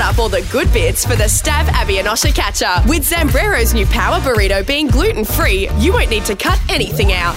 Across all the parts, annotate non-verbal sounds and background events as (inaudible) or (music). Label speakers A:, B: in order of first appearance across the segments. A: up all the good bits for the Stab, Abby and Osher catch up. With Zambrero's new power burrito being gluten free, you won't need to cut anything out.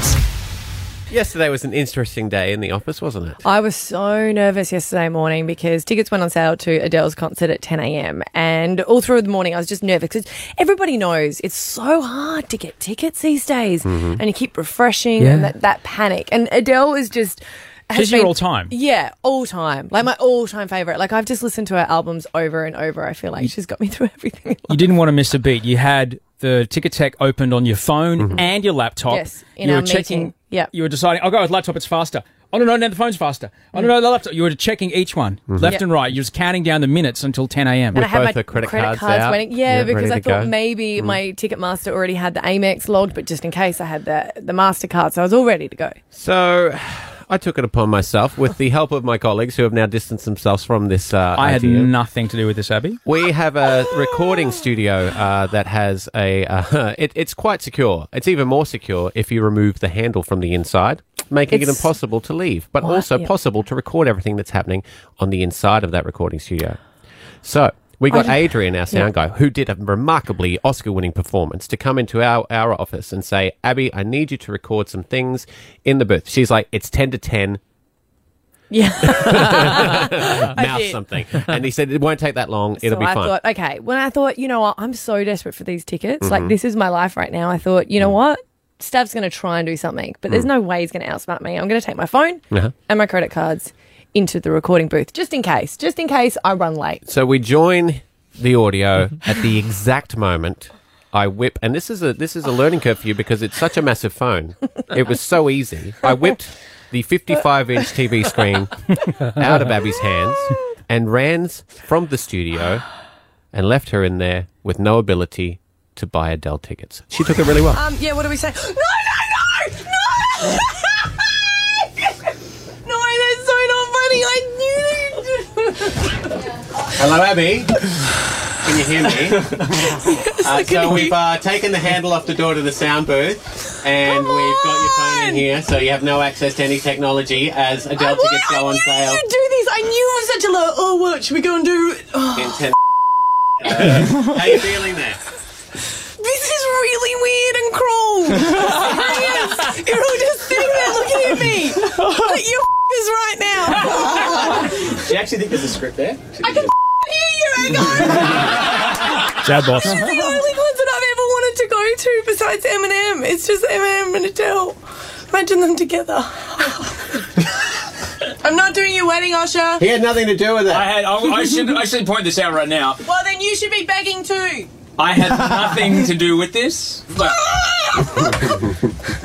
B: Yesterday was an interesting day in the office, wasn't it?
C: I was so nervous yesterday morning because tickets went on sale to Adele's concert at 10 a.m. And all through the morning, I was just nervous because everybody knows it's so hard to get tickets these days.
B: Mm-hmm.
C: And you keep refreshing and
D: Yeah.
C: that, that panic. And Adele is just. has
D: She's your
C: been-
D: all-time.
C: Yeah, all time. Like my all time favorite. Like I've just listened to her albums over and over. I feel like she's got me (laughs) through everything.
D: You didn't want to miss a beat. You had the ticket tech opened on your phone and your laptop.
C: Yes, in
D: you
C: our
D: were checking.
C: meeting. Yep.
D: You were deciding. I'll go with laptop. It's faster. Oh no, no, now the phone's faster. Oh no, no, the laptop. You were checking each one, left
C: Yep.
D: and right. You're just counting down the minutes until 10 a.m.
C: And I had
B: both
C: my
B: the credit cards out.
C: waiting. Yeah,
B: Yeah,
C: because
B: ready
C: I
B: to
C: thought
B: go. Mm.
C: maybe my Ticketmaster already had the Amex logged, but just in case I had the the Mastercard, so I was all ready to go.
B: So I took it upon myself with the help of my colleagues who have now distanced themselves from this uh,
D: I had
B: idea.
D: nothing to do with this, Abby.
B: We have a recording studio uh, that has a. Uh, (laughs) it, it's quite secure. It's even more secure if you remove the handle from the inside, making it
C: It's-
B: impossible to leave, but
C: What?
B: also
C: Yeah.
B: possible to record everything that's happening on the inside of that recording studio. So. We got Adrian, our sound guy, who did a remarkably Oscar winning performance, to come into our, our office and say, Abby, I need you to record some things in the booth. She's like, it's 10 to 10, (laughs)
C: Yeah, (laughs)
B: mouth
C: did.
B: something. And he said, it won't take that long, it'll
C: so
B: be
C: I
B: fine.
C: thought, okay. When I thought, you know what, I'm so desperate for these tickets.
B: Mm-hmm.
C: Like this is my life right now. I thought,
B: Mm.
C: you know what, Stav's going to try and do something, but there's no way he's going to outsmart me. I'm going to take my phone
B: Uh-huh.
C: and my credit cards into the recording booth just in case, just in case I run late.
B: So we join the audio at the exact moment I whip, and this is a this is a learning curve for you because it's such a massive phone. It was so easy. I whipped the 55 inch TV screen out of Abby's hands and ran from the studio and left her in there with no ability to buy Adele tickets. She took it really well.
C: Um, yeah, what do we say? No, no, no, no! no, that's so not funny. I knew that.
B: Hello, Abby. Can you hear me?
C: (laughs)
B: Uh, so we've uh, taken the handle off the door to the sound booth, and we've got your phone in here, so you have no access to any technology as Adele tickets go on sale.
C: do this. I knew it was such a low. Oh, what should we go and do? Oh.
B: in
C: (laughs)
B: 10 Uh, how you feeling there?
C: This is really weird and cruel. (laughs) Serious. You're all just sitting there looking at me. Like your is right now.
B: Do you actually think there's a script there?
C: Here you go.
D: (laughs) Jab boss.
C: the only concert I've ever wanted to go to besides Eminem. It's just Eminem and Adele. Imagine them (laughs) together. I'm not doing your wedding, Osha.
B: He had nothing to do with
E: I
B: it.
E: had. I, I should. I should point this out right now.
C: Well, then you should be begging too.
E: I had nothing to do with this. But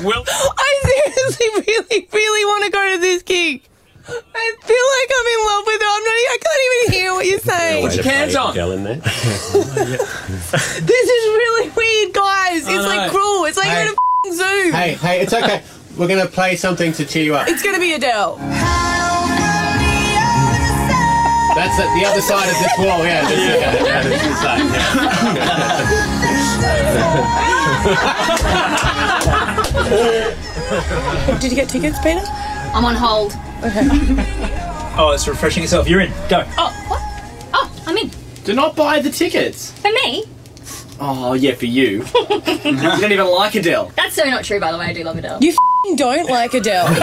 E: Will
C: I seriously, really, really want to go to this gig. I feel like I'm in love with her. I'm not. e- I can't even hear what you're
D: (laughs)
C: saying.
E: your cans on?
C: This is really weird, guys. It's like
E: know.
C: cruel. It's like
B: Hey.
C: you're in a f***ing zoo.
B: Hey, hey, it's okay. We're going to play something to cheer you up.
C: It's gonna be Adele.
B: That's at the other side of this wall,
C: (laughs)
B: yeah. This, yeah. yeah, this is side, yeah.
C: Did you get tickets, Peter?
F: I'm on hold.
E: Oh, it's refreshing itself. You're in. Go.
F: Oh, what? Oh, I'm in.
G: Do not buy the tickets.
F: For me?
G: Oh, yeah, for you. you don't even like Adele.
F: That's so not true, by the way. I do love Adele.
C: You f***ing don't like Adele.
F: No.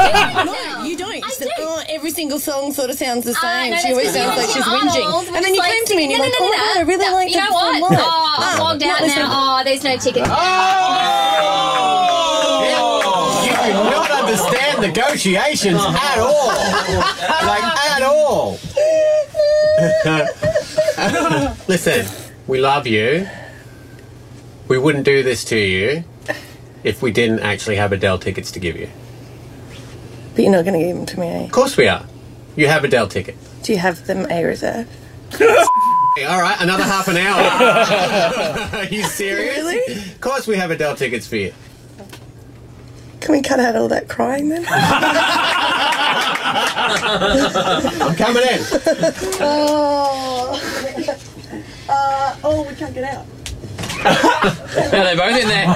C: You don't. She
F: I
C: said,
F: do.
C: "Oh, every single song sort of sounds the
F: Ah,
C: same.
F: no,
C: she
F: that's
C: always
F: 'cause
C: sounds
F: you're
C: like she's
F: too old.
C: whinging.
F: We're
C: And then
F: just
C: you
F: like
C: came to me and
F: singing,
C: you're like,
F: no,
C: oh
F: no,
C: my
F: no,
C: god, I
F: no.
C: really
F: No,
C: like
F: You know what? Oh, I'm logged out now. Oh, there's no ticket.
H: Uh,
B: You do not understand negotiations
G: Uh-huh.
B: at all. like, at all. (laughs) Listen, we love you. We wouldn't do this to you if we didn't actually have Adele tickets to give you.
C: But you're not going to give them to me, eh?
B: Of course we are. You have Adele ticket.
C: Do you have them A reserve?
B: Hey, (laughs) All right, another half an hour. (laughs) are you serious?
C: Really?
B: Of course we have Adele tickets for you.
C: Can we cut out all that crying then?
B: I'm coming in.
C: oh, we can't get out.
G: No, they're both in there.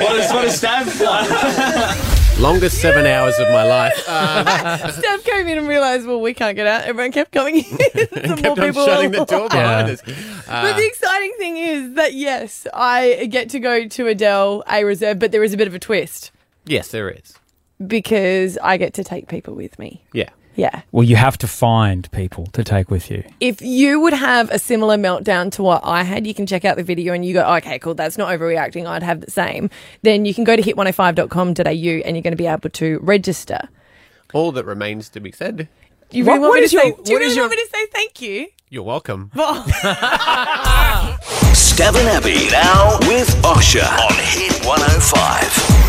E: What a, what a stab.
B: Longest seven hours of my
C: (laughs)
B: life. (laughs) Uh,
C: Steph came in and realised, well, we can't get out. Everyone kept coming (laughs) in. and
B: kept on shutting the door behind us. Uh,
C: But the exciting thing is that, yes, I get to go to Adele A Reserve, but there is a bit of a twist
B: Yes, there is.
C: because I get to take people with me.
B: Yeah.
C: Yeah.
D: Well, you have to find people to take with you.
C: If you would have a similar meltdown to what I had, you can check out the video and you go, okay, cool, that's not overreacting. I'd have the same. Then you can go to hit105.com.au and you're going to be able to register.
B: All that remains to be said.
C: You
D: What-
C: really want
D: what
C: me to
D: is your-
C: say, do you
D: what is
C: really
D: your-
C: want me to say thank you?
B: You're welcome.
I: Stab and Abby now with Osha on Hit 105.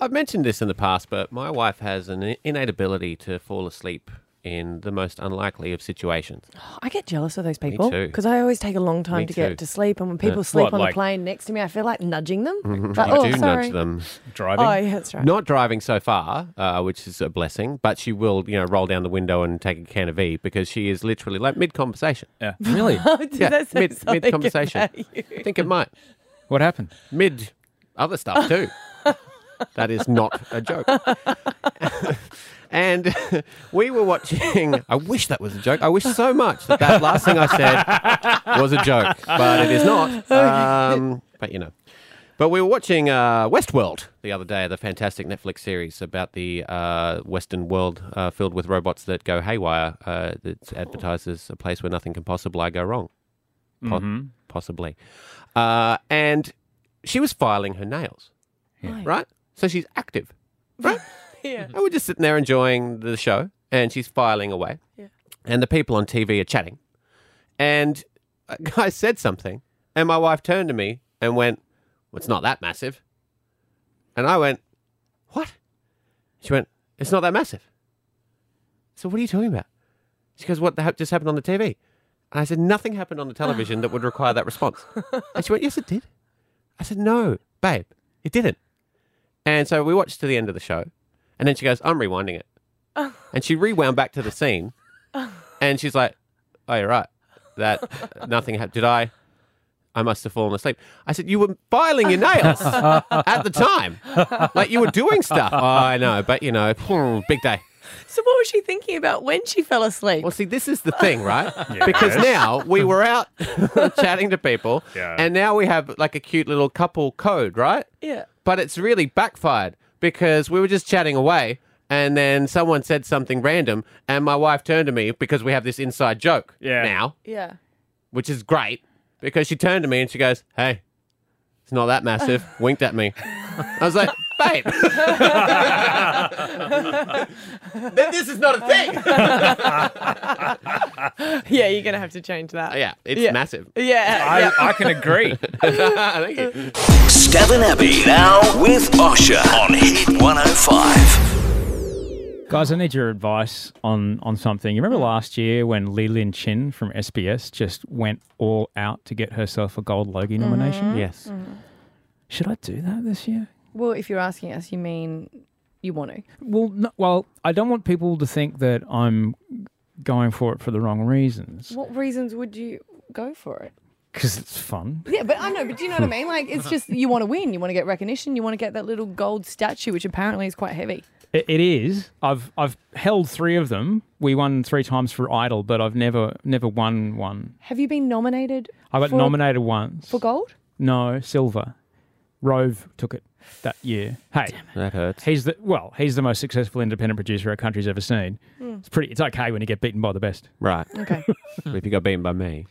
B: I've mentioned this in the past, but my wife has an innate ability to fall asleep in the most unlikely of situations.
C: I get jealous of those people
B: too.
C: because I always take a long time
B: Me
C: to
B: too.
C: get to sleep. And when people sleep
B: What,
C: on
B: like-
C: the plane next to me, I feel like nudging them. Like,
B: I
C: oh,
B: do
C: sorry.
B: nudge them.
D: Driving.
C: (laughs) Oh, yeah, that's right.
B: Not driving so far, uh, which is a blessing, but she will, you know, roll down the window and take a can of E because she is literally like mid conversation.
D: Yeah. Really?
C: Did
B: Yeah,
C: that say
B: mid
C: (laughs) something
B: mid conversation.
C: about you?
B: I think it might.
D: what happened?
B: Mid other stuff too. that is not a joke. and we were watching. I wish that was a joke. I wish so much that that last thing I said was a joke, but it is not. Um, but you know. But we were watching uh, Westworld the other day, the fantastic Netflix series about the uh, Western world uh, filled with robots that go haywire. Uh, that's advertised as a place where nothing can possibly go wrong. Po- Possibly. Uh, and she was filing her nails, right? So she's active, (laughs) right?
C: Yeah.
B: And we're just sitting there enjoying the show, and she's filing away. Yeah. And the people on TV are chatting. And a (laughs) guy said something, and my wife turned to me and went, well, It's not that massive. And I went, What? She went, It's not that massive. So, what are you talking about? She goes, What the hap just happened on the TV? And I said, Nothing happened on the television that would require that (laughs) response. and she went, Yes, it did. I said, No, babe, it didn't. And so we watched to the end of the show. And then she goes, I'm rewinding it. and she rewound back to the scene. and she's like, Oh, you're right. That nothing happened. Did I? I must have fallen asleep. I said, You were filing your nails at the time. Like you were doing stuff. Oh, I know. But, you know, hmm, big day.
C: So what was she thinking about when she fell asleep?
B: Well, see, this is the thing,
J: (laughs)
B: right? Because now we were out chatting to people,
J: Yeah.
B: and now we have like a cute little couple code, right?
C: Yeah.
B: But it's really backfired because we were just chatting away, and then someone said something random, and my wife turned to me because we have this inside joke
J: Yeah.
B: now,
C: Yeah.
B: which is great because she turned to me and she goes, "Hey, it's not that
C: (laughs)
B: massive." winked at me. I was like, "Babe." then this is not a thing.
C: Yeah, you're going to have to change that.
B: Yeah, it's
C: Yeah.
B: massive.
C: Yeah. yeah.
D: I can agree.
C: (laughs)
B: Thank you.
I: Stab and Abby now with Osha on Hit 105.
J: Guys, I need your advice on, on something. You remember last year when Li Lin Chin from SBS just went all out to get herself a gold Logie nomination?
C: Mm-hmm.
J: Mm-hmm.
B: Yes.
J: Should I do that this year?
C: Well, if you're asking us, you mean you want to.
J: Well, no, well, I don't want people to think that I'm going for it for the wrong reasons
C: What reasons would you go for it?
J: because it's fun.
C: Yeah, but I know, but do you know what I mean? Like, it's just you want to win, you want to get recognition, you want to get that little gold statue, which apparently is quite heavy.
J: It, it is. I've I've held three of them. We won three times for Idol, but I've never never won one.
C: Have you been nominated?
J: I got
C: for,
J: nominated once.
C: for gold.
J: No, silver. Rove took it that year. Hey,
B: That hurts.
J: he's the well, he's the most successful independent producer our country's ever seen.
C: Hmm.
J: It's pretty. It's okay when you get beaten by the best.
B: Right.
J: (laughs)
C: Okay,
B: if you got beaten by me.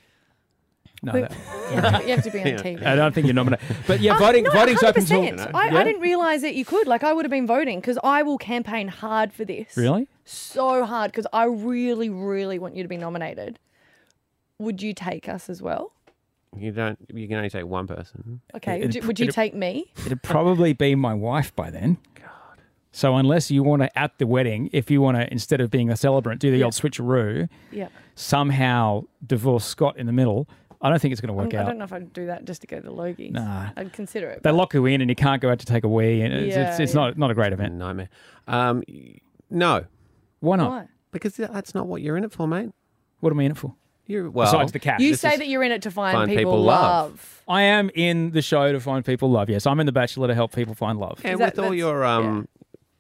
J: No,
C: Wait.
J: that-
C: you have to be on TV.
J: I don't think you're
C: (laughs)
J: nominated. But yeah, voting
C: Oh, no,
J: Uh, voting's open to all.
C: 100%. I, I
J: Yeah?
C: didn't realize that you could. Like, I would have been voting because I will campaign hard for this.
J: Really?
C: So hard because I really, really want you to be nominated. Would you take us as well?
B: You don't. You can only take one person.
C: Okay.
J: It-
C: would
J: it-
C: you, would you
J: it-
C: take me?
J: It'd probably be my wife by then. So unless you want to at the wedding, if you want to instead of being a celebrant, do the old switcheroo,
C: Yeah.
J: somehow divorce Scott in the middle. I don't think it's going to work
C: I
J: out.
C: don't know if I'd do that just to go to the Logies.
J: Nah.
C: I'd consider it.
J: They lock you in, and you can't go out to take a wee, and it's, it's,
C: Yeah,
J: it's
C: yeah.
J: not not a great event.
B: Nightmare. Um, y- no,
J: Why not?
C: Why?
B: because that's not what you're in it for, mate.
J: What am I in it for?
B: You're well.
D: Besides the cat.
C: You
B: This
C: say
B: is-
C: that you're in it to find,
B: find
C: people,
B: people love.
C: love.
J: I am in the show to find people love. Yes, I'm in The Bachelor to help people find love.
B: And
C: that-
B: with all
C: that's-
B: your um,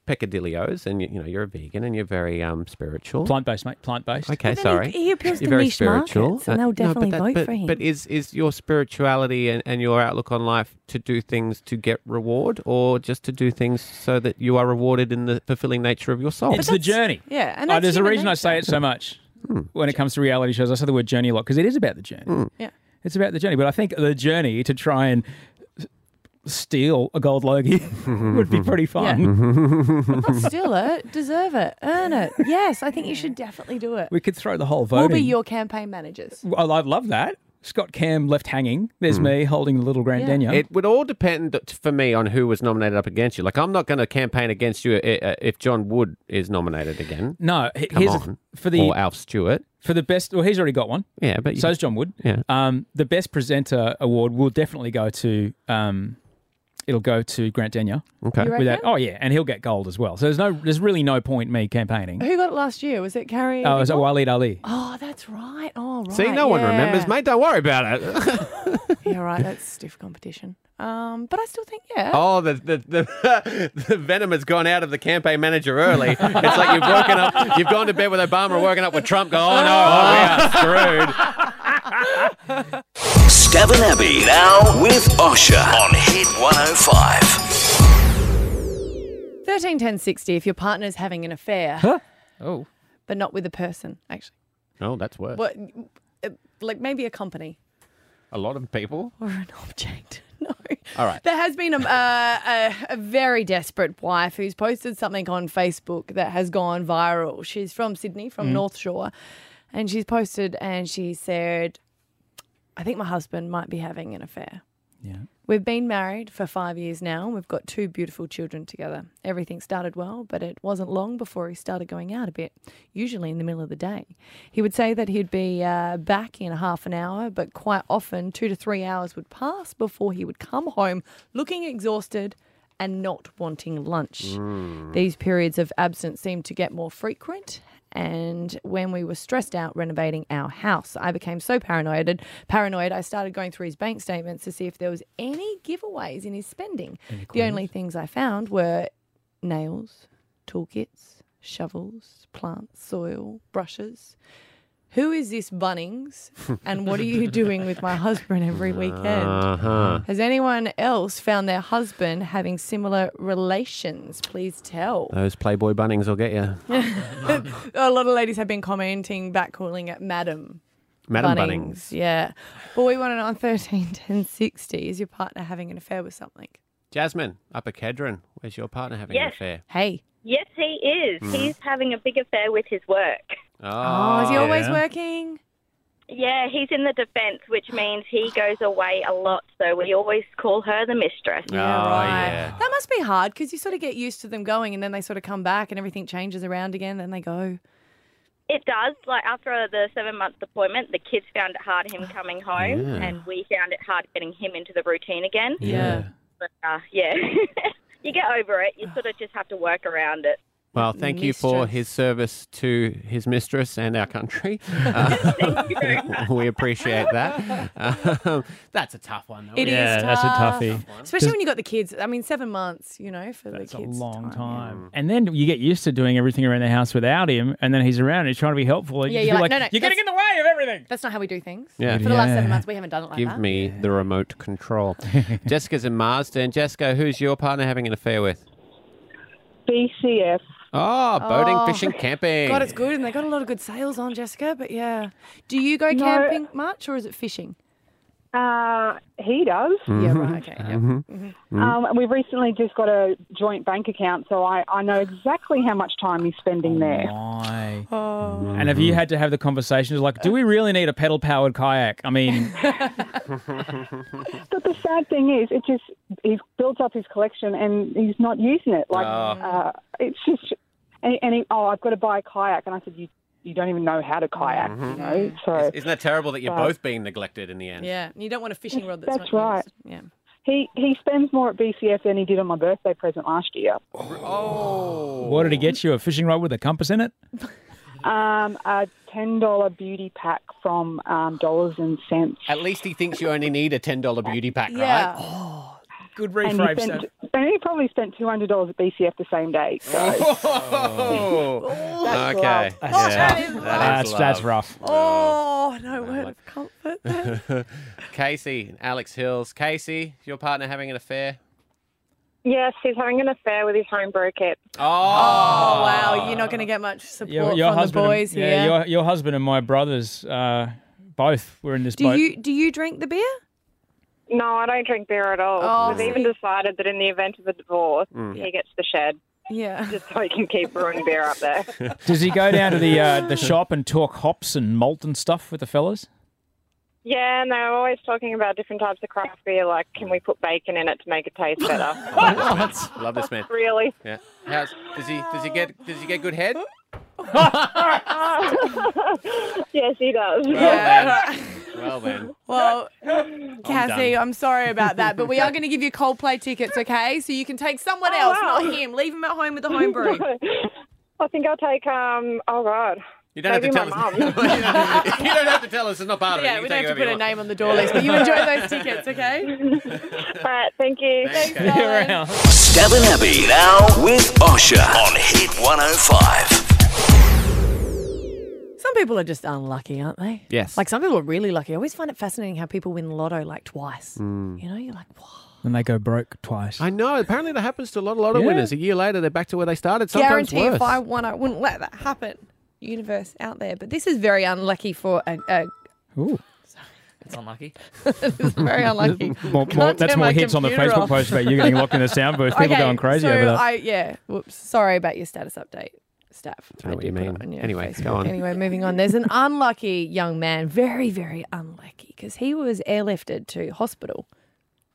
B: peccadillos, and you, you know, you're a vegan and you're very um, spiritual.
J: Plant based, mate. Plant based.
B: Okay,
C: then
B: sorry.
C: he- he appeals
B: You're
C: to
B: very
C: niche
B: spiritual.
C: markets, and
B: Uh,
C: they'll
B: no,
C: definitely
B: but
C: vote
B: but,
C: for him.
B: But is is your spirituality and, and your outlook on life to do things to get reward, or just to do things so that you are rewarded in the fulfilling nature of your soul?
J: It's the journey.
C: yeah, and
J: Uh,
C: that's
J: there's a
C: human
J: reason I say it so much
B: Hmm.
J: when it comes to reality shows. I say the word journey a lot because it is about the journey.
C: Yeah.
J: It's about the journey. But I think the journey to try and s- steal a
B: (laughs)
J: gold logie (laughs) would be pretty fun.
B: Mm-hmm.
C: Not steal it, uh, deserve it, earn (laughs) it. Yes, I think you should definitely do it.
J: We could throw the whole
C: We'll
J: voting.
C: be your campaign managers.
J: Well, I'd love that. Scott Cam left hanging. There's me holding the little Grand
C: Yeah.
J: Daniel.
B: Hmm. It would all depend t- for me on who was nominated up against you. Like, I'm not going to campaign against you i- uh, if John Wood is nominated again.
J: no, he-
B: Come
J: here's
B: on.
J: for the
B: or Alf Stewart.
J: for the best. Well, he's already got one.
B: Yeah, but you-
J: So is John Wood.
B: Yeah.
J: Um, the best presenter award will definitely go to. Um, it'll go to Grant Daniel.
B: okay.
C: You reckon?
J: Without, oh yeah, and he'll get gold as well. So there's no, there's really no point me campaigning.
C: Who got it last year? Was it Carrie?
J: Oh, is that
C: Nicole?
J: Waleed Ali?
C: Oh, that's right. Oh, right.
B: See, no one
C: yeah.
B: remembers, mate. Don't worry about it. (laughs)
C: Yeah, right. That's stiff competition. Um, but I still think yeah.
B: oh, the the, the (laughs) the venom has gone out of the campaign manager early. It's like you've woken up, you've gone to bed with Obama, woken up with Trump. Go, oh no, we are
C: (laughs)
B: screwed.
I: Stabbin' Abbey now with Osher on Hit 105.
C: Thirteen ten sixty. If your partner's having an affair,
J: Oh,
C: but not with a person, actually,
B: Oh, that's worse.
C: what, uh, like maybe a company (laughs)
B: A lot of people.
C: or an object. (laughs) No.
B: All right.
C: There has been a, uh, a, a, a very desperate wife who's posted something on Facebook that has gone viral. She's from Sydney,
B: Mm.
C: from North Shore, and she's posted and she said, I think my husband might be having an affair.
J: Yeah.
C: We've been married for five years now. and We've got two beautiful children together. Everything started well, but it wasn't long before he started going out a bit, usually in the middle of the day. He would say that he'd be uh, back in half an hour, but quite often two to three hours would pass before he would come home looking exhausted and not wanting lunch. These periods of absence seemed to get more frequent. And when we were stressed out renovating our house, I became so paranoid. Paranoid, I started going through his bank statements to see if there was any giveaways in his spending. The only things I found were nails, toolkits, shovels, plants, soil, brushes. Who is this Bunnings? and what are you doing with my husband every weekend?
B: Uh-huh.
C: Has anyone else found their husband having similar relations? Please tell.
B: Those Playboy Bunnings will get you.
C: A lot of ladies have been commenting back, calling it Madam
B: Madam
C: Bunnings.
B: Bunnings.
C: Yeah. But we want to know on 13, 10, 60, is your partner having an affair with something?
B: Jasmine, up at Kedron. Where's your partner having an
K: Yes.
B: affair?
C: Hey.
K: Yes, he is.
B: Hmm.
K: He's having a big affair with his work.
C: Oh, is he always
J: yeah.
C: working?
K: Yeah, he's in the defence, which means he goes away a lot. So we always call her the mistress.
B: Oh,
C: right.
B: yeah.
C: That must be hard because you sort of get used to them going and then they sort of come back and everything changes around again. Then they go.
K: It does. Like after the seven month deployment, the kids found it hard him coming home,
B: Yeah.
K: and we found it hard getting him into the routine again.
C: Yeah.
K: But uh, yeah, (laughs) you get over it. You sort of just have to work around it.
B: Well, thank you for
C: Mistress.
B: his service to his mistress and our
C: (laughs)
B: country. Uh, (laughs) we appreciate that. Um, that's a tough one, though.
C: It is
J: Yeah, that's a
C: tough.
J: toughie.
C: Especially when you got the kids. I mean, seven months, you know, for
J: That's
C: the
J: a
C: kids.
J: long time.
C: yeah.
J: And then you get used to doing everything around the house without him, and then he's around and he's trying to be helpful. and
C: Yeah,
J: you
C: you're
J: feel
C: like, "No, no,
J: you're
C: that's-
J: getting in the way of everything.
C: That's not how we do things.
B: Yeah.
C: For the last seven
J: Yeah.
C: months, we haven't done it like
B: Give
C: that.
B: me the remote
C: (laughs)
B: control. Jessica's in Marsden. Jessica, who's your partner having an affair with?
K: BCF.
B: Oh, boating,
C: Oh.
B: fishing, camping.
C: God, it's good, and they got a lot of good sales on Jessica. But yeah, do you go camping much, or is it fishing?
K: Uh,
L: He does.
B: Mm-hmm.
C: Yeah, right. Okay. yeah.
L: Um, and we've recently just got a joint bank account, so I, I know exactly how much time he's spending there.
J: Why?
C: Oh.
J: And have you had to have the conversations like, do we really need a pedal powered kayak? I
C: (laughs)
J: mean,
L: But the sad thing is, it just he's built up his collection and he's not using it. Like uh, it's just, and, and he, oh, I've got to buy a kayak, and I said you you don't even know how to kayak, you know.
K: Mm-hmm.
L: So
B: Isn't that terrible that you're both being neglected in the end?
C: Yeah, and you don't want a fishing rod that's,
L: That's
C: not
L: right.
C: used. Yeah.
L: he he spends more at BCF than he did on my birthday present last year.
B: Oh.
J: what did he get you? A fishing rod with a compass in it?
L: Um, a ten dollar beauty pack from um, Dollars and Cents.
B: At least he thinks you only need a ten dollar beauty pack, right? (laughs)
L: Oh,
D: good
L: and he, spent, and he probably spent two hundred dollars at BCF the same day. So.
C: Oh.
B: okay.
J: That's
B: Yeah,
J: rough.
B: that is
J: Ah, That's- that's
B: love.
J: rough.
C: Oh, no word of comfort.
B: Casey and Alex Hills. Casey, is your partner having an affair?
K: (laughs) Yes, he's having an affair with his homebrew kid.
B: Oh,
C: wow. Oh, You're not going to get much support from the boys
J: and,
C: here.
J: Yeah, your, your husband and my brothers uh, both were in this
C: do
J: boat.
C: you do you drink the beer?
K: No, I don't drink beer at all.
C: Oh,
K: We've even decided that in the event of a divorce,
J: Mm.
K: he gets the shed. (laughs)
C: Yeah.
K: Just so he can keep brewing beer up there.
J: Does he go down to the uh, the shop and talk hops and malt and stuff with
C: (laughs)
J: the fellas?
K: Yeah, and they're always talking about different types of craft beer, like can we put bacon in it to make it taste better?
B: Oh, Love this man. Love this man.
K: really?
B: Yeah. How's, does he does he get does he get good
C: (laughs)
B: head?
K: yes, he does.
B: Yeah. Well then.
C: Well, Cassie,
B: done.
C: I'm sorry about that, but we are going to give you Coldplay tickets, okay? So you can take someone
K: Oh,
C: else,
K: wow.
C: not him. Leave him at home with the (laughs) homebrew.
K: I think I'll take um. Oh God.
B: You don't have to
K: Maybe
B: tell
K: my
B: us. (laughs)
K: mum.
B: you don't have to tell us. It's not part of it.
C: yeah,
B: You
C: we
B: take
C: don't have
B: whoever
C: to
B: you
C: put a
B: want.
C: name on the door list, but (laughs) you enjoy those tickets, okay?
K: All right. Thank you.
B: Thanks,
J: (laughs)
I: Stab and Abby now with Osher on Hit 105.
C: Some people are just unlucky, aren't they?
B: Yes.
C: Like some people are really lucky. I always find it fascinating how people win lotto like twice. You know, you're like,
J: And they go broke twice.
B: I know. Apparently, that happens to a lot, a lot of
J: Yeah.
B: winners. A year later, they're back to where they started. Sometimes
C: guarantee
B: worse.
C: if I won, I wouldn't let that happen. Universe out there, but this is very unlucky for a. a (laughs)
J: Ooh.
G: It's unlucky.
C: it's very unlucky.
J: More,
C: Can't
J: more, that's
C: turn
J: more
C: my
J: hits on the
C: computer
J: Facebook
C: off.
J: post about you getting locked in the sound booth. People
C: Okay,
J: going crazy
C: so
J: over that.
C: I, yeah. Whoops. Sorry about your status update, staff.
B: I know what you mean.
C: on your
B: Anyway,
C: Facebook.
B: go on.
C: Anyway, moving on. There's an unlucky young man, very, very unlucky, because he was airlifted to hospital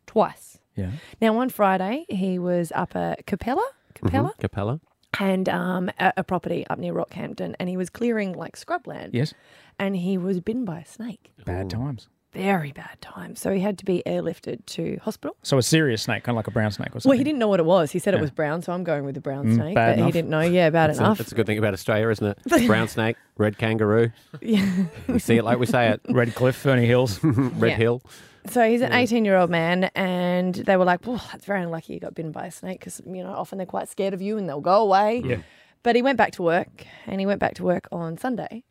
C: twice.
J: Yeah.
C: Now, one Friday, he was up at Capella. Capella?
B: Mhm. Capella.
C: and um, a, a property up near Rockhampton, and he was clearing like scrubland.
J: Yes.
C: And he was bitten by a snake.
J: Bad times.
C: Very bad time. So he had to be airlifted to hospital.
J: So a serious snake, kind of like a brown snake or something.
C: Well, he didn't know what it was. He said it
J: Yeah.
C: was brown, so I'm going with the brown
J: Mm,
C: snake.
J: bad
C: but he
J: enough.
C: didn't know. Yeah, bad
B: That's a,
C: enough.
B: that's a good thing about Australia, isn't
C: (laughs)
B: it? Brown snake, red kangaroo.
C: Yeah.
B: We see it like we say it.
J: Red Cliff, Fernie (laughs) Hills.
B: red
C: (laughs) Yeah.
B: Hill.
C: So he's an 18 year old man, and they were like, "Well, that's very unlucky. You got bitten by a snake because you know often they're quite scared of you and they'll go away."
J: Yeah.
C: But he went back to work, and he went back to work on Sunday.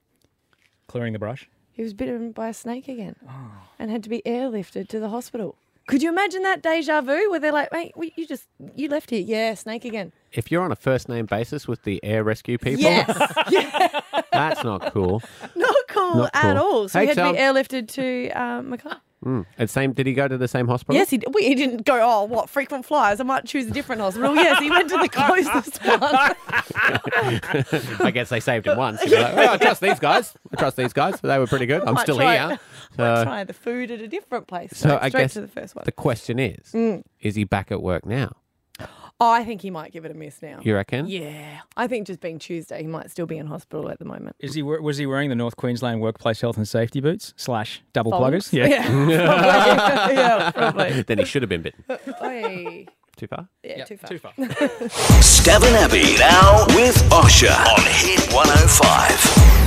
J: Clearing the brush.
C: He was bitten by a snake again,
B: Oh.
C: and had to be airlifted to the hospital. Could you imagine that deja vu where they're like, "Mate, we- you just you left here, yeah, snake again."
B: If you're on a first name basis with the air rescue people,
C: Yes, (laughs)
B: that's not cool.
C: not cool
B: Not
C: at
B: cool.
C: all. So
B: Hey,
C: he had to
B: Tom.
C: be airlifted to um, Mackay.
B: Mm. And same, did he go to the same hospital?
C: Yes, he, d- well, he didn't go, oh, what, frequent flyers? I might choose a different hospital. Yes, he went
B: (laughs)
C: to the closest one.
B: (laughs) I guess they saved him once. You're like, "Oh, I trust these guys. I trust these guys. They were pretty good. I'm
C: Might
B: still
C: try-
B: here.
C: Might
B: (laughs) So-
C: try the food at a different place.
B: So
C: So
B: I
C: straight
B: guess
C: to the first one.
B: The question is,
C: Mm.
B: is he back at work now?
C: Oh, I think he might give it a miss now.
B: You reckon?
C: Yeah. I think just being Tuesday, he might still be in hospital at the moment.
J: Is he was he wearing the North Queensland workplace health and safety boots slash double
C: Thongs?
J: pluggers?
C: (laughs)
J: Yeah.
B: (laughs)
C: Yeah. Yeah, probably.
B: (laughs) then he should have been bitten.
C: Oi.
B: Too far?
C: Yeah, too far.
I: Stab and Abby now with Osher on Hit 105.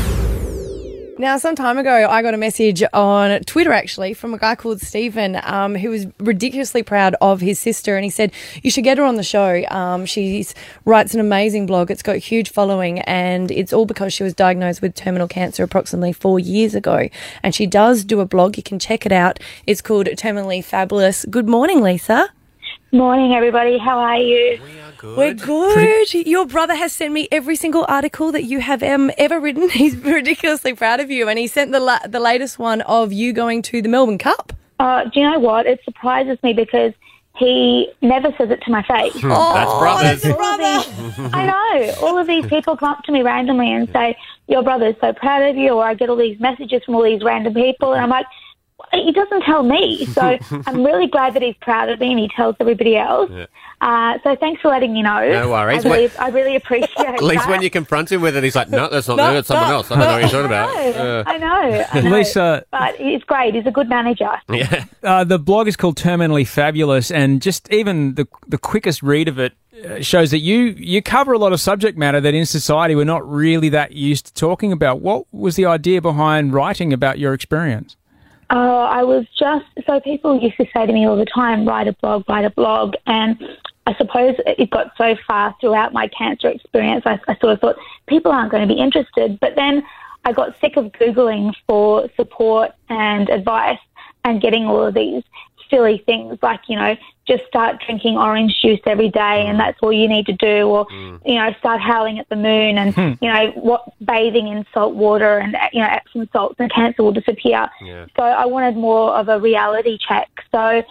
C: Now, some time ago, I got a message on Twitter actually from a guy called Stephen um, who was ridiculously proud of his sister. And he said, You should get her on the show. Um, she writes an amazing blog, it's got a huge following, and it's all because she was diagnosed with terminal cancer approximately four years ago. And she does do a blog. You can check it out. It's called Terminally Fabulous. Good morning, Lisa.
H: Morning, everybody. How are you?
C: We're good. Your brother has sent me every single article that you have um, ever written. (laughs) He's ridiculously proud of you, and he sent the la- the latest one of you going to the Melbourne Cup.
H: Uh, do you know what? It surprises me because he never says it to my face.
C: Hmm. Oh,
B: that's brothers.
H: I know. All of these people come up to me randomly and say, Your brother's so proud of you, or I get all these messages from all these random people, and I'm like, he doesn't tell me.
B: (laughs)
H: So I'm really glad that he's proud of me and he tells everybody else.
B: Yeah.
H: Uh, so thanks for letting me know.
B: No worries.
H: I really,
B: Wait.
H: I really appreciate
B: (laughs) At least
H: that.
B: when you confront him with it, he's like, no, that's not
H: No,
B: me, that's someone
H: no,
B: else. I don't know what you're talking about.
H: I know, I
B: (laughs)
H: know, I know.
J: Lisa-
H: But he's great. He's a good manager.
B: Yeah.
J: Uh, the blog is called Terminally Fabulous, and just even the the quickest read of it uh, shows that you you cover a lot of subject matter that in society we're not really that used to talking about. What was the idea behind writing about your experience?
H: Oh, I was just so people used to say to me all the time, write a blog, write a blog, and I suppose it got so far throughout my cancer experience. I, I sort of thought people aren't going to be interested, but then I got sick of googling for support and advice and getting all of these silly things like you know just start drinking orange juice every day and that's all you need to do or you know start howling at the moon and
M: Hmm.
H: you know what bathing in salt water and you know Epsom salts and cancer will disappear
M: Yeah.
H: so I wanted more of a reality check. So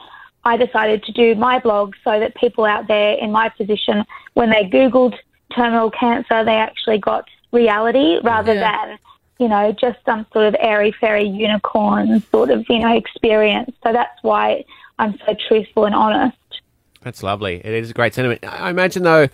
H: I decided to do my blog so that people out there in my position, when they Googled terminal cancer, they actually got reality rather
M: Yeah.
H: than, you know, just some sort of airy fairy unicorn sort of, you know, experience. So that's why I'm so truthful and honest.
B: That's lovely. It is a great sentiment. I I imagine, though,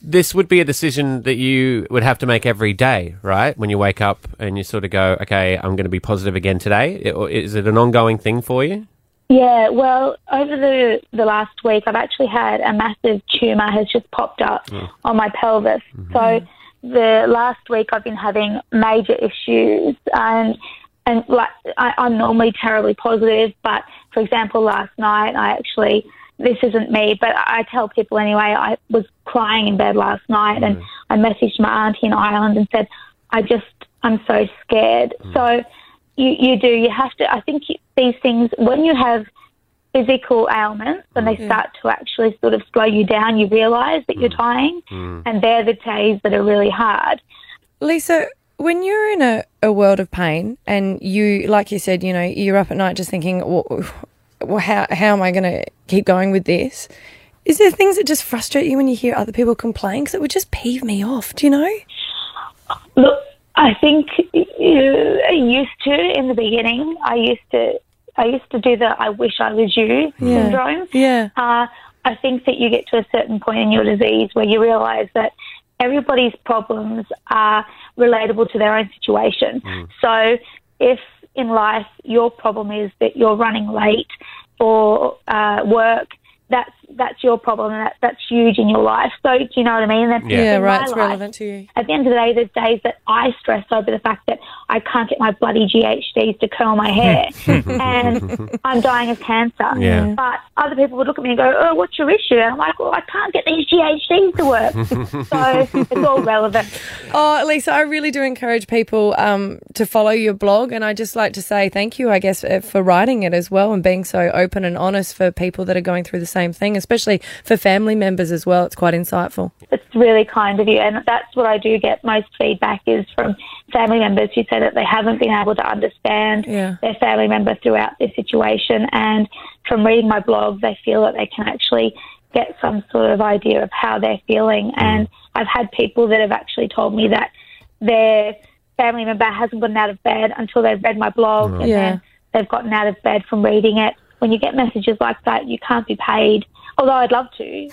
B: this would be a decision that you would have to make every day, right? When you wake up and you sort of go, okay, I'm going to be positive again today. It- or Is it an ongoing thing for you?
H: Yeah, well, over the, the last week, I've actually had a massive tumour has just popped up
M: Mm.
H: on my pelvis. So the last week, I've been having major issues, and and like I, I'm normally terribly positive, but for example, last night I actually this isn't me, but I tell people anyway. I was crying in bed last night, and I messaged my auntie in Ireland and said, "I just I'm so scared." So you you do you have to. I think you, these things when you have physical ailments when they start to actually sort of slow you down, you realise that you're dying, and they're the days that are really hard.
C: Lisa, when you're in a, a world of pain and you, like you said, you know, you're up at night just thinking, well, well how, how am I going to keep going with this? Is there things that just frustrate you when you hear other people complain? Because it would just peeve me off, do you know?
H: Look, I think uh, I used to in the beginning. I used to, I used to do the "I wish I was you"
M: Yeah.
H: syndrome.
M: Yeah.
H: Uh, I think that you get to a certain point in your disease where you realise that everybody's problems are relatable to their own situation. So, if in life your problem is that you're running late for uh, work, that's that's your problem, and that, that's huge in your life. So, do you know what I mean? That's
C: Yeah,
H: in
C: right.
H: my
C: It's
H: life.
C: relevant to you.
H: At the end of the day, there's days that I stress over the fact that I can't get my bloody GHDs to curl my hair, and I'm dying of cancer.
M: Yeah.
H: But other people would look at me and go, "Oh, what's your issue?" And I'm like, "Well, I can't get these GHDs to work." so it's all relevant.
C: Oh, Lisa, I really do encourage people um, to follow your blog. And I just like to say thank you, I guess, uh, for writing it as well and being so open and honest for people that are going through the same thing, especially for family members as well. It's quite insightful.
H: It's really kind of you, and that's what I do get most feedback is from family members who say that they haven't been able to understand
C: Yeah.
H: their family member throughout this situation, and from reading my blog, they feel that they can actually get some sort of idea of how they're feeling. And I've had people that have actually told me that their family member hasn't gotten out of bed until they've read my blog,
M: Mm.
H: and
M: Yeah.
H: then they've gotten out of bed from reading it. When you get messages like that, you can't be paid. Although I'd love to,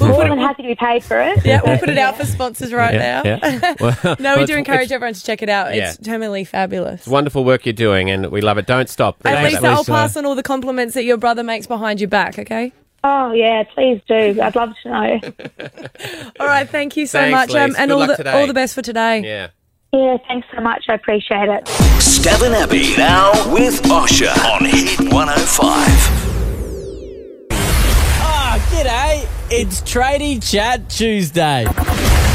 H: more than happy to be paid for it.
C: Yeah, we'll put it out for sponsors right
B: Yeah,
C: now. (laughs)
B: yeah. Well-
C: no,
B: well,
C: we do
B: it's-
C: encourage
B: it's-
C: everyone to check it out. It's terminally fabulous.
B: It's wonderful work you're doing, and we love it. Don't stop.
C: And
B: Thanks,
C: Lisa, I'll pass on all the compliments that your brother makes behind your back, okay?
H: Oh, yeah, please do. I'd love to
C: (laughs)
H: know.
C: all right, thank you so
I: Thanks,
C: much. um,
I: Lise.
C: and
I: Good
C: all
I: luck
C: the,
I: today.
C: all the best for today.
B: Yeah.
H: Yeah, thanks so much. I appreciate it.
I: Stephen Abbey now with Osher on Hit 105.
N: Ah, g'day. It's Tradie Chat Tuesday.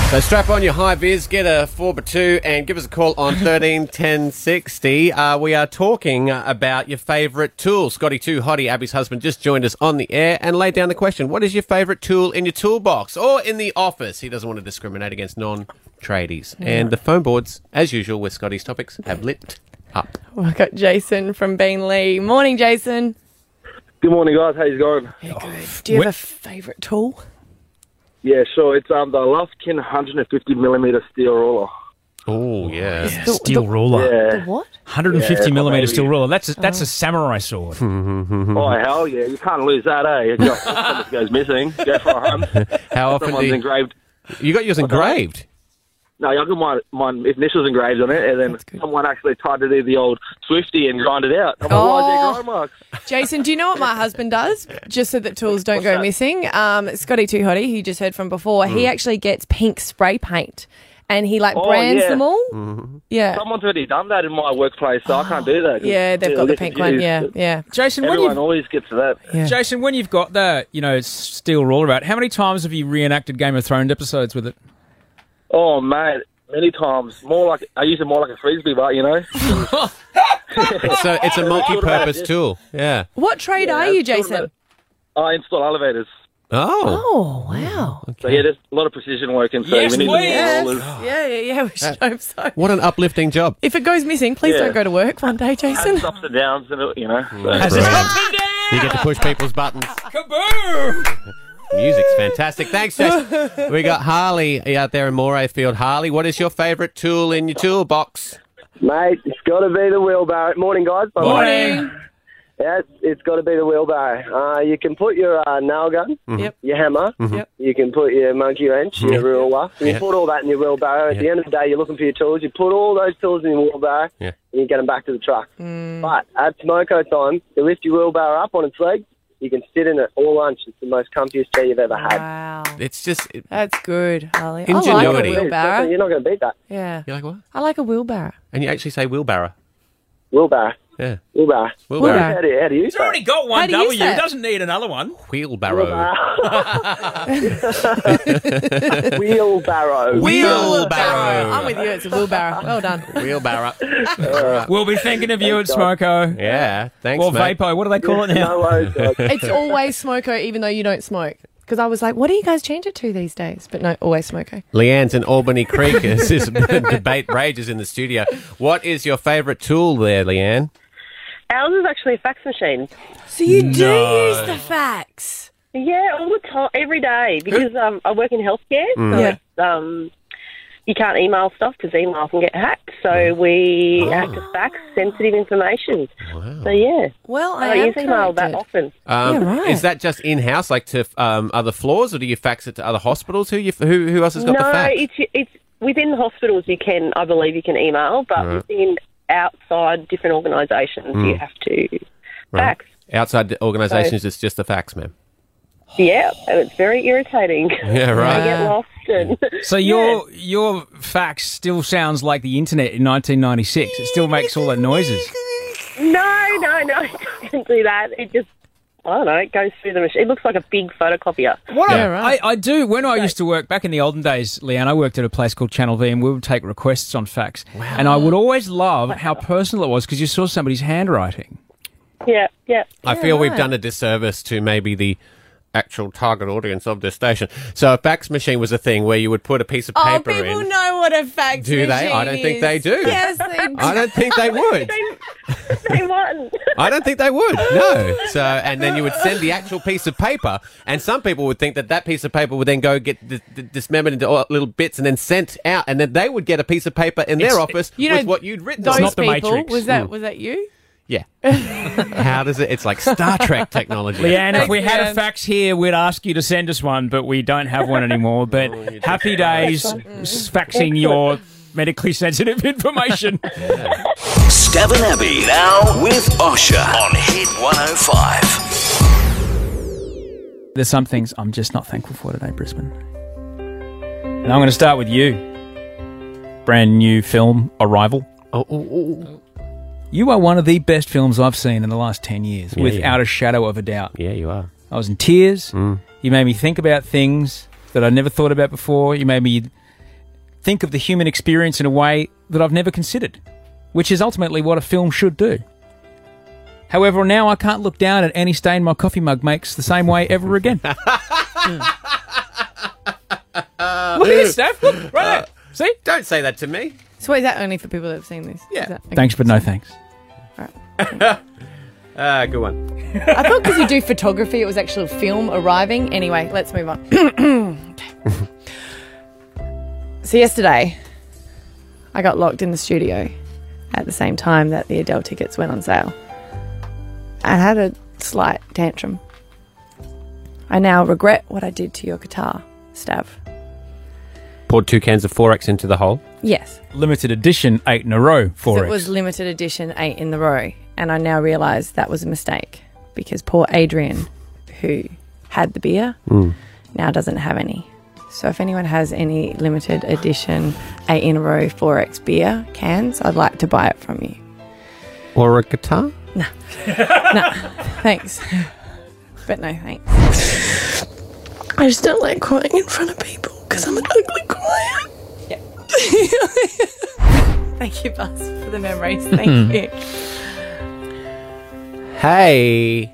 B: So strap on your high vis, get a 4x2, and give us a call on 13 10 60. Uh, we are talking uh, about your favourite tool. Scotty 2 Hottie, Abby's husband, just joined us on the air and laid down the question What is your favourite tool in your toolbox or in the office? He doesn't want to discriminate against non tradies. And the phone boards, as usual with Scotty's topics, have lit up.
C: Well, I got Jason from Beanley. Morning, Jason.
O: Good morning, guys. How's it going?
B: Oh,
C: Do you have a favourite tool?
O: Yeah, sure. It's um the Lufkin 150 millimeter steel ruler.
B: Oh yeah, (laughs)
J: The- steel the- ruler. the
C: what?
J: 150
O: Yeah,
J: millimeter
O: maybe.
J: steel ruler. That's a, that's a samurai sword.
O: Oh hell yeah! You can't lose that, eh? It goes, it goes missing. Go for a hunt.
B: (laughs) How often
O: Someone's
B: do you,
O: engraved.
B: you got yours (laughs) engraved?
O: No, I got mine, mine initials engraved on it, and then someone actually tried to do the old Swifty and grind it out. I'm like, why is there grind marks?
C: Oh, Jason, do you know what my husband does? Just so that tools don't go missing. Um, Scotty Too Hottie, who you just heard from before, he
O: Mm.
C: actually gets pink spray paint and he like
O: Oh,
C: brands
O: yeah.
C: them all. Yeah.
O: Someone's already done that in my workplace, so I can't do that.
C: Yeah, they've got the pink one. Yeah, yeah.
J: Jason, when
O: everyone
J: you've-
O: always gets to that.
J: Jason, when you've got that, you know, steel ruler out, how many times have you reenacted Game of Thrones episodes with it?
O: Oh mate, many times. More like I use it more like a frisbee, but you know.
B: It's a (laughs) it's a multi-purpose tool. Yeah.
C: What trade are you, Jason?
O: I install elevators.
B: Oh.
C: Oh, wow.
O: So yeah, there's a lot of precision work, and so
B: Yes,
O: we need
B: please.
O: installers.
C: Yeah, yeah, yeah. We should hope so.
B: What an uplifting job.
C: If it goes missing, please
O: Yeah.
C: don't go to work one day, Jason.
O: It's ups and downs, and it, you know. so-
B: You get to push people's buttons.
J: Kaboom!
B: Music's fantastic. Thanks, Jason. We got Harley out there in Morayfield. Harley, what is your favourite tool in your toolbox?
M: Mate, it's got to be the wheelbarrow. Morning, guys. By the way.
J: Morning.
M: Yeah, it's, it's got to be the wheelbarrow. Uh, you can put your uh, nail gun,
B: Mhm. Yep.
M: your hammer,
B: Mhm. Yep.
M: you can put your monkey wrench,
B: Yep.
M: your ruler. You
B: Yep.
M: put all that in your wheelbarrow. At the end of the day, you're looking for your tools. You put all those tools in your wheelbarrow,
B: Yeah.
M: and you get them back to the truck.
P: Mm.
M: But at smoko time, you lift your wheelbarrow up on its legs. You can sit in it all lunch. It's the most comfiest chair you've ever had.
C: Wow.
B: It's just
C: That's good, Harley. I like a
B: Ingenuity.
C: wheelbarrow.
M: You're not going to beat that.
C: Yeah.
B: You're like, what?
C: I like a wheelbarrow.
B: And you actually say wheelbarrow.
M: Wheelbarrow.
B: Yeah.
M: Wheelbarrow.
B: Wheelbarrow.
M: How do you, how do you say it?
J: already got one
M: How do you
J: W.
M: say
J: It
M: it?
J: doesn't need another one.
P: (laughs)
B: Wheelbarrow.
M: (laughs) Wheelbarrow.
B: Wheelbarrow.
C: I'm with you. It's a wheelbarrow. Well (laughs) done.
B: Wheelbarrow.
J: We'll be thinking of you at Smoko.
B: Yeah, thanks.
J: Or
B: mate.
J: Vapo. What do they call it now?
C: It's always smoko, even though you don't smoke. Because I was like, what do you guys change it to these days? But no, always smoko.
B: Leanne's in Albany Creek as (laughs) this debate rages in the studio. What is your favourite tool there, Leanne?
P: Ours is actually a fax machine.
C: So you
B: do No. use the
C: fax?
P: Yeah, all the time, every day, because um, I work in healthcare,
B: Mm.
P: so
B: Yeah.
P: it's, um, you can't email stuff because email can get hacked.
B: Mm.
P: So we
B: Ah.
P: have to fax sensitive information. So yeah.
C: Well,
P: I, don't use email that often.
B: Um,
P: Yeah, right.
B: Is that just in house, like to um, other floors, or do you fax it to other hospitals? Who you, who, who else has got
P: no,
B: the fax?
P: it's it's within the hospitals. You can, I believe, you can email, but
B: Right.
P: within outside different organisations, you
B: Mm.
P: have to
B: Right.
P: fax.
B: Outside organisations, it's just the fax, ma'am. (laughs)
P: Yeah, and it's very irritating.
B: Yeah,
P: (laughs)
B: right.
P: I get lost and
J: So your your fax still sounds like the internet in 1996. It still makes all the noises.
P: No, no, (laughs) no, it doesn't do that. It just, I don't know, it goes through the machine. It looks like a big photocopier.
J: What I- I, I do when I used to work back in the olden days, Leanne, I worked at a place called Channel V and we would take requests on fax. And I would always love how personal it was because you saw somebody's handwriting.
P: Yeah, yeah.
B: I feel we've done a disservice to maybe the actual target audience of this station. So a fax machine was a thing where you would put a piece of
C: Oh,
B: paper
C: people
B: in.
C: know what a fax
B: Do they? I don't
C: machine
B: think
C: is.
B: they do.
C: Yes, (laughs) they do.
B: I don't
P: (laughs)
B: think they would.
P: They won.
B: I don't think they would. No. So, and then you would send the actual piece of paper, and some people would think that that piece of paper would then go get d- d- dismembered into all little bits and then sent out, and then they would get a piece of paper in their
J: It's-
B: office
C: You
B: with
C: know,
B: what you'd written.
C: Those people, was that
J: Mm.
C: was that you?
B: Yeah. How does it? It's like Star Trek technology.
J: Leanne, if we had a fax here, we'd ask you to send us one, but we don't have one anymore. But happy days
C: Mm.
J: faxing your medically sensitive (laughs) information.
I: Stephen Abbey now with Osher on Hit 105.
J: There's some things I'm just not thankful for today, Brisbane. And I'm going to start with you. Brand new film, Arrival.
B: Oh, oh, oh.
J: You are one of the best films I've seen in the last 10 years,
B: Yeah,
J: without
B: yeah.
J: a shadow of a doubt.
B: Yeah, you are.
J: I was in tears. You made me think about things that I never thought about before. You made me think of the human experience in a way that I've never considered, which is ultimately what a film should do. However, now I can't look down at any stain my coffee mug makes the same way ever again. Look at this, Steph. Look, right there. See?
B: Don't say that to me.
C: So is that only for people that have seen this? Yeah.
J: Thanks, but no thanks.
B: Ah, good one.
C: I thought because you do photography, it was actual film arriving. Anyway, let's move (clears throat) on. Okay. so yesterday, I got locked in the studio at the same time that the Adele tickets went on sale. I had a slight tantrum. I now regret what I did to your guitar, Stav.
B: Poured two cans of Forex into the hole.
C: Yes.
J: Limited edition, eight in a row.
C: So
J: Forex.
C: it was limited edition, eight in the row. And I now realise that was a mistake because poor Adrian, who had the beer,
Q: Mm.
C: now doesn't have any. So if anyone has any limited edition eight in a row 4X beer cans, I'd like to buy it from you.
B: Or a guitar?
C: No. no. Thanks. But no, thanks. I just don't like crying in front of people because I'm an ugly crier. Thank you, Buzz, for the memories. Thank you.
B: Hey,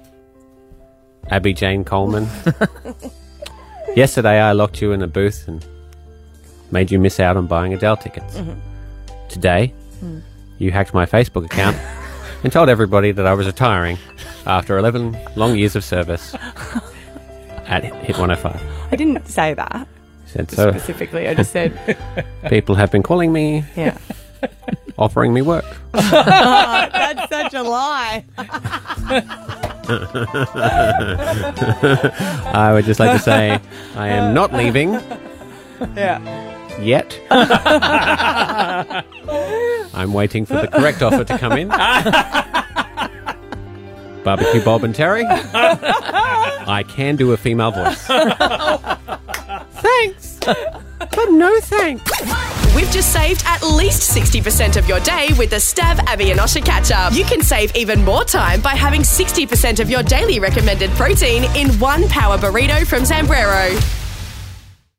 B: Abby Jane Coleman. Yesterday I locked you in a booth and made you miss out on buying Adele tickets.
Q: Mhm.
B: Today,
Q: Mm.
B: you hacked my Facebook account and told everybody that I was retiring after 11 long years of service at Hit 105.
C: I didn't say that
B: Said so.
C: specifically. I just said,
B: (laughs) People have been calling me,
C: yeah.
B: (laughs) offering me work.
C: (laughs) That's such a lie.
B: (laughs) I would just like to say I am not leaving
C: yeah.
B: yet. (laughs) I'm waiting for the correct offer to come
C: (laughs)
B: in. Barbecue Bob and Terry. I can do a female voice.
A: Thanks. But no thanks. We've just saved at least 60% of your day with the Stab, Abby and Osha catch up. You can save even more time by having 60% of your daily recommended protein in one power burrito from Zambrero.